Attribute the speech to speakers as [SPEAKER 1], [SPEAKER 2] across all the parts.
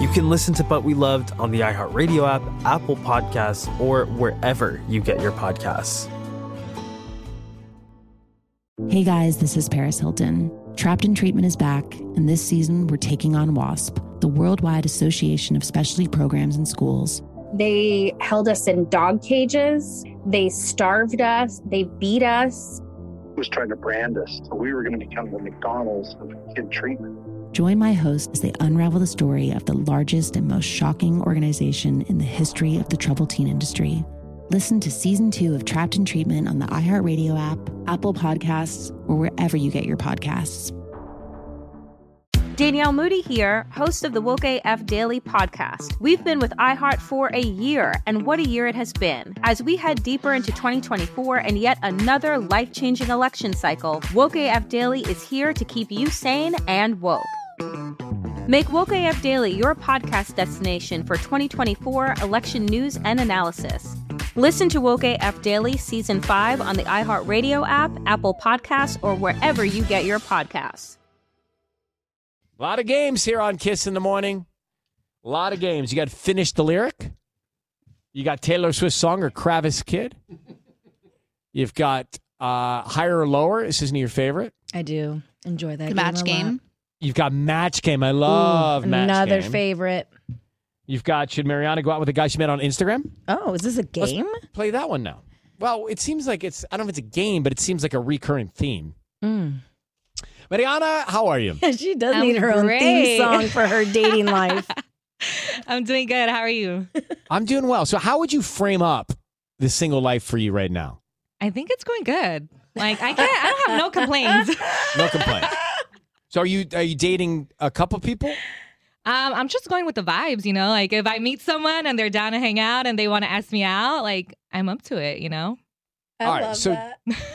[SPEAKER 1] You can listen to But We Loved on the iHeartRadio app, Apple Podcasts, or wherever you get your podcasts.
[SPEAKER 2] Hey guys, this is Paris Hilton. Trapped in Treatment is back, and this season we're taking on WASP, the Worldwide Association of Specialty Programs and Schools.
[SPEAKER 3] They held us in dog cages. They starved us. They beat us.
[SPEAKER 4] Was trying to brand us. So we were going to become the McDonald's of kid treatment.
[SPEAKER 2] Join my host as they unravel the story of the largest and most shocking organization in the history of the troubled teen industry. Listen to season two of Trapped in Treatment on the iHeartRadio app, Apple Podcasts, or wherever you get your podcasts.
[SPEAKER 5] Danielle Moody here, host of the Woke AF Daily podcast. We've been with iHeart for a year, and what a year it has been. As we head deeper into 2024 and yet another life changing election cycle, Woke AF Daily is here to keep you sane and woke. Make Woke AF Daily your podcast destination for 2024 election news and analysis. Listen to Woke AF Daily Season 5 on the iHeartRadio app, Apple Podcasts, or wherever you get your podcasts.
[SPEAKER 6] A lot of games here on Kiss in the Morning. A lot of games. You got Finish the Lyric. You got Taylor Swift song or Kravis Kid. You've got uh, Higher or Lower. This isn't your favorite.
[SPEAKER 7] I do enjoy that
[SPEAKER 8] game match game.
[SPEAKER 6] You've got Match Game. I love Ooh, Match
[SPEAKER 7] another
[SPEAKER 6] Game.
[SPEAKER 7] favorite.
[SPEAKER 6] You've got Should Mariana Go Out with a Guy She Met on Instagram?
[SPEAKER 7] Oh, is this a game?
[SPEAKER 6] Let's play that one now. Well, it seems like it's, I don't know if it's a game, but it seems like a recurring theme.
[SPEAKER 7] Mm.
[SPEAKER 6] Mariana, how are you?
[SPEAKER 7] she does I'm need her great. own theme song for her dating life.
[SPEAKER 8] I'm doing good. How are you?
[SPEAKER 6] I'm doing well. So, how would you frame up the single life for you right now?
[SPEAKER 8] I think it's going good. Like I can't. I don't have no complaints.
[SPEAKER 6] no complaints. So, are you are you dating a couple people?
[SPEAKER 8] Um, I'm just going with the vibes, you know. Like if I meet someone and they're down to hang out and they want to ask me out, like I'm up to it, you know.
[SPEAKER 7] I All right, so that.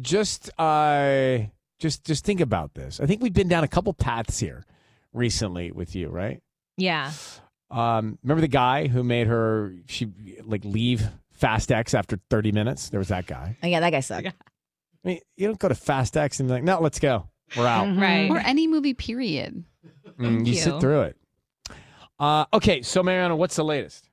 [SPEAKER 6] just uh just just think about this. I think we've been down a couple paths here recently with you, right?
[SPEAKER 8] Yeah.
[SPEAKER 6] Um, remember the guy who made her she like leave Fast X after 30 minutes? There was that guy.
[SPEAKER 7] Oh, yeah, that guy sucked. Yeah.
[SPEAKER 6] I mean, you don't go to Fast X and be like, no, let's go. We're out. Mm-hmm.
[SPEAKER 8] Right.
[SPEAKER 9] Or any movie period.
[SPEAKER 6] Mm, you, you, sit through it. Uh, okay, so Mariana, what's the latest?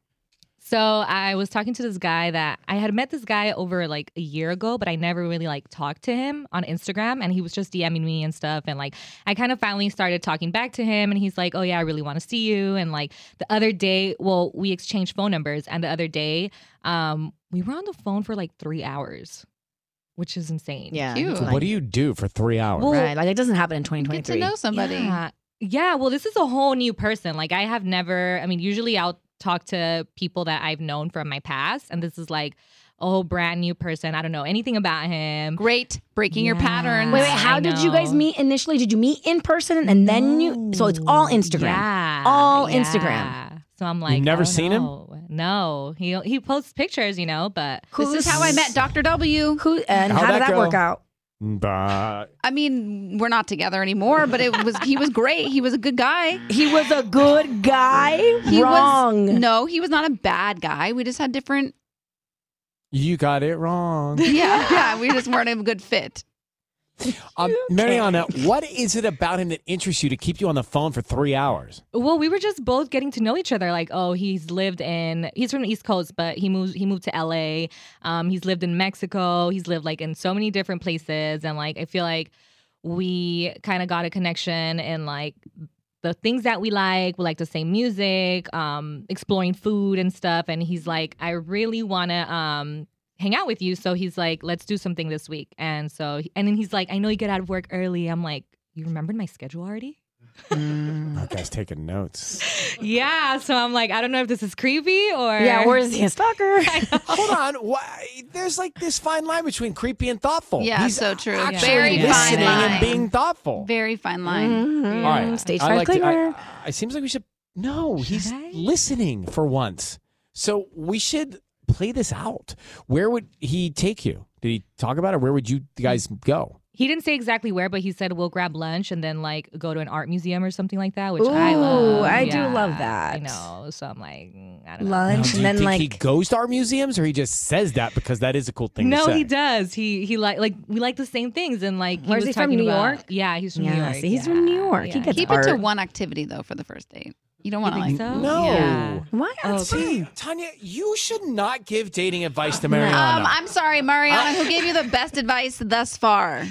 [SPEAKER 8] So I was talking to this guy that I had met this guy over like a year ago, but I never really like talked to him on Instagram and he was just DMing me and stuff and like I kind of finally started talking back to him and he's like, "Oh yeah, I really want to see you." And like the other day, well, we exchanged phone numbers and the other day, um we were on the phone for like 3 hours. Which is insane.
[SPEAKER 7] Yeah.
[SPEAKER 6] So what do you do for three hours?
[SPEAKER 7] Well, right. Like, it doesn't happen in 2023.
[SPEAKER 9] Get to know somebody.
[SPEAKER 8] Yeah. yeah. Well, this is a whole new person. Like, I have never, I mean, usually I'll talk to people that I've known from my past, and this is like a whole brand new person. I don't know anything about him.
[SPEAKER 9] Great, breaking yeah. your patterns.
[SPEAKER 7] Wait, wait, how did you guys meet initially? Did you meet in person and then no. you? So it's all Instagram.
[SPEAKER 8] Yeah,
[SPEAKER 7] all yeah. Instagram.
[SPEAKER 8] So I'm like,
[SPEAKER 6] You've never oh, seen
[SPEAKER 8] no.
[SPEAKER 6] him.
[SPEAKER 8] No, he he posts pictures, you know, but
[SPEAKER 9] Who's, this is how I met Doctor W.
[SPEAKER 7] Who and How'd how did that, that work out?
[SPEAKER 6] Mm, But
[SPEAKER 9] I mean, we're not together anymore. But it was he was great. He was a good guy.
[SPEAKER 7] He was a good guy.
[SPEAKER 9] He
[SPEAKER 7] wrong.
[SPEAKER 9] Was, no, he was not a bad guy. We just had different.
[SPEAKER 6] You got it wrong.
[SPEAKER 9] Yeah, yeah. We just weren't a good fit.
[SPEAKER 6] Um, Mariana, what is it about him that interests you to keep you on the phone for three hours?
[SPEAKER 8] Well, we were just both getting to know each other. Like, oh, he's lived in he's from the East Coast, but he moved he moved to LA. Um, he's lived in Mexico. He's lived like in so many different places, and like I feel like we kind of got a connection and like the things that we like. We like the same music, um, exploring food and stuff. And he's like, I really want to um, hang out with you. So he's like, let's do something this week. And so, and then he's like, I know you get out of work early. I'm like, you remembered my schedule already?
[SPEAKER 6] That guy's taking notes.
[SPEAKER 8] yeah. So I'm like, I don't know if this is creepy or.
[SPEAKER 6] Yeah, or is he a
[SPEAKER 8] stalker?
[SPEAKER 6] Hold on. Why, there's like this fine line between creepy and thoughtful.
[SPEAKER 9] Yeah,
[SPEAKER 6] He's
[SPEAKER 9] so true.
[SPEAKER 6] actually
[SPEAKER 9] Very fine
[SPEAKER 6] listening
[SPEAKER 9] line.
[SPEAKER 6] and being thoughtful.
[SPEAKER 9] Very fine line.
[SPEAKER 10] Mm-hmm.
[SPEAKER 6] All right.
[SPEAKER 9] Stage
[SPEAKER 6] I
[SPEAKER 9] five
[SPEAKER 6] like to- I-
[SPEAKER 9] cleaner.
[SPEAKER 6] I- it seems like we should. No, he's listening for once. So we should play this out. Where would he take you? Did he talk about it? Where would you guys go?
[SPEAKER 8] He didn't say exactly where, but he said we'll grab lunch and then like go to an art museum or something like that, which I love.
[SPEAKER 10] I
[SPEAKER 8] Yeah,
[SPEAKER 10] do love that.
[SPEAKER 8] I know. So I'm like, mm, I don't
[SPEAKER 6] Now,
[SPEAKER 8] know.
[SPEAKER 6] do you think he goes to art museums, or he just says that because that is a cool thing to
[SPEAKER 8] No,
[SPEAKER 6] say?
[SPEAKER 8] he does. He he like like we like the same things and like
[SPEAKER 9] Where's
[SPEAKER 8] was
[SPEAKER 9] he from,
[SPEAKER 8] talking
[SPEAKER 9] New
[SPEAKER 8] about-
[SPEAKER 9] York?
[SPEAKER 8] Yeah, he's from New
[SPEAKER 9] Yeah,
[SPEAKER 8] York.
[SPEAKER 9] see, he's
[SPEAKER 8] yeah.
[SPEAKER 9] from
[SPEAKER 10] New York. He gets
[SPEAKER 9] Keep
[SPEAKER 10] art.
[SPEAKER 9] it to one activity though for the first date. You don't want to like
[SPEAKER 8] think so?
[SPEAKER 6] No.
[SPEAKER 9] Yeah. Oh,
[SPEAKER 10] Why?
[SPEAKER 6] See, Tanya, you should not give dating advice to
[SPEAKER 9] Um,
[SPEAKER 6] Mariana.
[SPEAKER 9] I'm sorry, Mariana, who gave you the best advice thus far?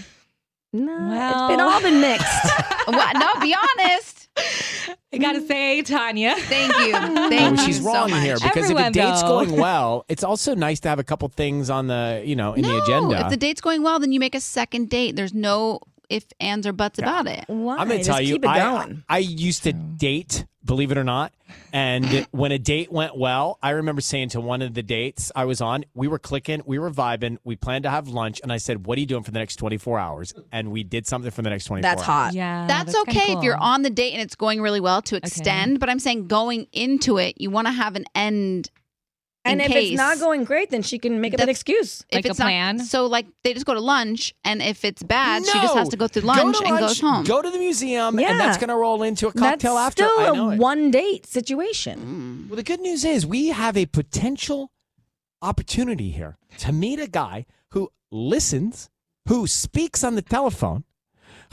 [SPEAKER 10] No,
[SPEAKER 8] Well.
[SPEAKER 10] it's been all been mixed.
[SPEAKER 9] what? No, be honest.
[SPEAKER 8] I gotta say, Tanya.
[SPEAKER 9] Thank you.
[SPEAKER 6] No,
[SPEAKER 9] Thank you.
[SPEAKER 6] she's wrong
[SPEAKER 9] so much.
[SPEAKER 6] here because if the date's going well, it's also nice to have a couple things on the you know in the
[SPEAKER 9] No,
[SPEAKER 6] agenda.
[SPEAKER 9] if the date's going well, then you make a second date. There's no if, ands, or buts about it.
[SPEAKER 10] Why?
[SPEAKER 6] I'm gonna tell you, I, I used to date, believe it or not, and when a date went well, I remember saying to one of the dates I was on, we were clicking, we were vibing, we planned to have lunch, and I said, "What are you doing for the next 24 hours?" And we did something for the next 24.
[SPEAKER 10] That's hot.
[SPEAKER 6] hours.
[SPEAKER 8] Yeah,
[SPEAKER 9] that's,
[SPEAKER 8] that's kinda
[SPEAKER 9] okay if you're
[SPEAKER 8] cool.
[SPEAKER 9] on the date and it's going really well to extend, but I'm saying going into it, you want to have an end.
[SPEAKER 10] And
[SPEAKER 9] in
[SPEAKER 10] if
[SPEAKER 9] case.
[SPEAKER 10] it's not going great, then she can make up an
[SPEAKER 9] That's-
[SPEAKER 10] excuse.
[SPEAKER 9] if it's not- so like they just go to lunch, and if it's bad, she just
[SPEAKER 6] No!
[SPEAKER 9] has to go through lunch,
[SPEAKER 6] to
[SPEAKER 9] and goes home.
[SPEAKER 6] Go to the museum,
[SPEAKER 10] Yeah.
[SPEAKER 6] and that's going to roll into a
[SPEAKER 10] That's
[SPEAKER 6] cocktail after.
[SPEAKER 10] still
[SPEAKER 6] I know
[SPEAKER 10] a
[SPEAKER 6] it.
[SPEAKER 10] one date situation.
[SPEAKER 6] Well, the good news is we have a potential opportunity here to meet a guy who listens, who speaks on the telephone,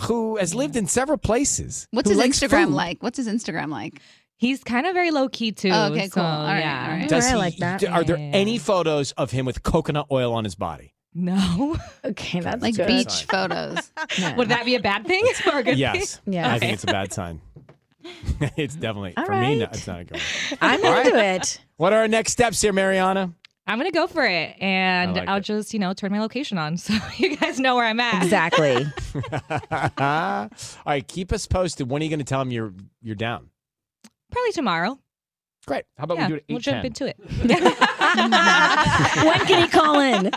[SPEAKER 6] who has lived in several places.
[SPEAKER 9] What's his
[SPEAKER 6] who likes
[SPEAKER 9] Instagram
[SPEAKER 6] food.
[SPEAKER 9] like? What's his Instagram like?
[SPEAKER 8] He's kind of very low key too.
[SPEAKER 9] Oh, okay,
[SPEAKER 8] so,
[SPEAKER 9] cool. All right,
[SPEAKER 8] yeah.
[SPEAKER 9] all right.
[SPEAKER 6] Does
[SPEAKER 10] I
[SPEAKER 6] he,
[SPEAKER 10] like that.
[SPEAKER 6] Are there any photos of him with coconut oil on his body?
[SPEAKER 8] No.
[SPEAKER 10] Okay, that's
[SPEAKER 9] Like
[SPEAKER 10] good.
[SPEAKER 9] beach photos.
[SPEAKER 8] Would that be a bad thing or a good
[SPEAKER 6] Yes.
[SPEAKER 8] thing?
[SPEAKER 6] I think it's a bad sign. it's definitely
[SPEAKER 8] All
[SPEAKER 6] for me. No,
[SPEAKER 8] right.
[SPEAKER 6] it's not a good. One.
[SPEAKER 10] I'm
[SPEAKER 6] All right.
[SPEAKER 10] into it.
[SPEAKER 6] What are our next steps here, Mariana?
[SPEAKER 8] I'm gonna go for it, and
[SPEAKER 6] I like
[SPEAKER 8] I'll just you know turn my location on so you guys know where I'm at.
[SPEAKER 10] Exactly.
[SPEAKER 6] All right, keep us posted. When are you going to tell him you're you're down?
[SPEAKER 8] Probably tomorrow.
[SPEAKER 6] Great. How about
[SPEAKER 8] yeah,
[SPEAKER 6] we do it? At
[SPEAKER 8] we'll jump
[SPEAKER 6] 8:10?
[SPEAKER 8] into it.
[SPEAKER 10] when can he call in?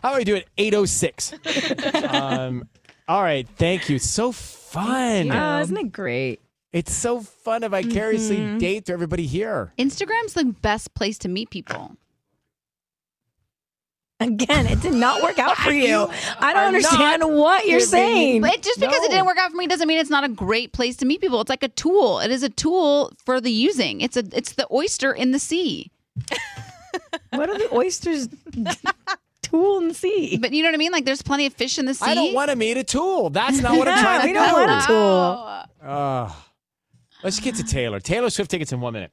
[SPEAKER 6] How about we do it? 806. um, all right. Thank you. So fun.
[SPEAKER 8] Um,
[SPEAKER 10] Oh, isn't it great? Mm-hmm.
[SPEAKER 6] It's so fun to vicariously
[SPEAKER 9] Mhm.
[SPEAKER 6] date to everybody here.
[SPEAKER 9] Instagram's the best place to meet people.
[SPEAKER 10] Again, it did not work out for you. I don't understand what you're saying.
[SPEAKER 9] But just because it didn't work out for me doesn't mean it's not a great place to meet people. It's like a tool. It is a tool for the using. It's a it's the oyster in the sea.
[SPEAKER 10] What are the oysters? Tool in the sea.
[SPEAKER 9] But you know what I mean? Like there's plenty of fish in the sea.
[SPEAKER 6] I don't want to meet a tool. That's not what I'm
[SPEAKER 10] Yeah,
[SPEAKER 6] trying to
[SPEAKER 10] we don't
[SPEAKER 6] do.
[SPEAKER 10] want a tool.
[SPEAKER 6] Ugh. let's get to Taylor. Taylor Swift tickets in one minute.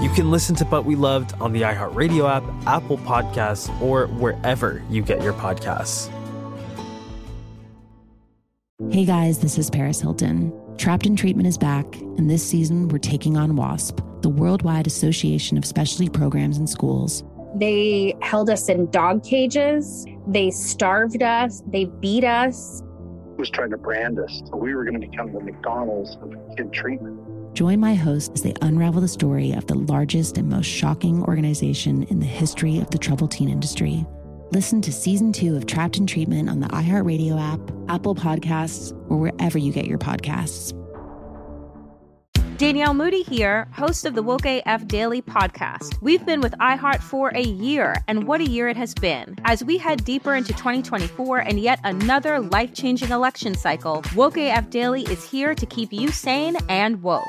[SPEAKER 1] You can listen to But We Loved on the iHeartRadio app, Apple Podcasts, or wherever you get your podcasts.
[SPEAKER 2] Hey guys, this is Paris Hilton. Trapped in Treatment is back, and this season we're taking on WASP, the Worldwide Association of Specialty Programs and Schools.
[SPEAKER 3] They held us in dog cages. They starved us. They beat us.
[SPEAKER 4] was trying to brand us. So we were going to become the McDonald's of kid treatment.
[SPEAKER 2] Join my hosts as they unravel the story of the largest and most shocking organization in the history of the troubled teen industry. Listen to season two of Trapped in Treatment on the iHeartRadio app, Apple Podcasts, or wherever you get your podcasts.
[SPEAKER 5] Danielle Moody here, host of the Woke AF Daily podcast. We've been with iHeart for a year, and what a year it has been. As we head deeper into 2024 and yet another life changing election cycle, Woke AF Daily is here to keep you sane and woke.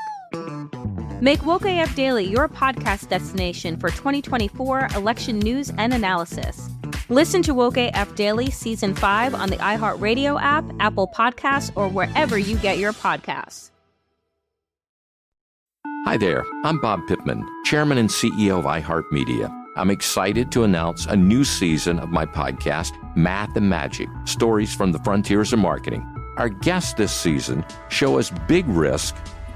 [SPEAKER 5] Make Woke AF Daily your podcast destination for 2024 election news and analysis. Listen to Woke AF Daily Season 5 on the iHeartRadio app, Apple Podcasts, or wherever you get your podcasts.
[SPEAKER 6] Hi there, I'm Bob Pittman, Chairman and CEO of iHeartMedia. I'm excited to announce a new season of my podcast, Math and Magic Stories from the Frontiers of Marketing. Our guests this season show us big risk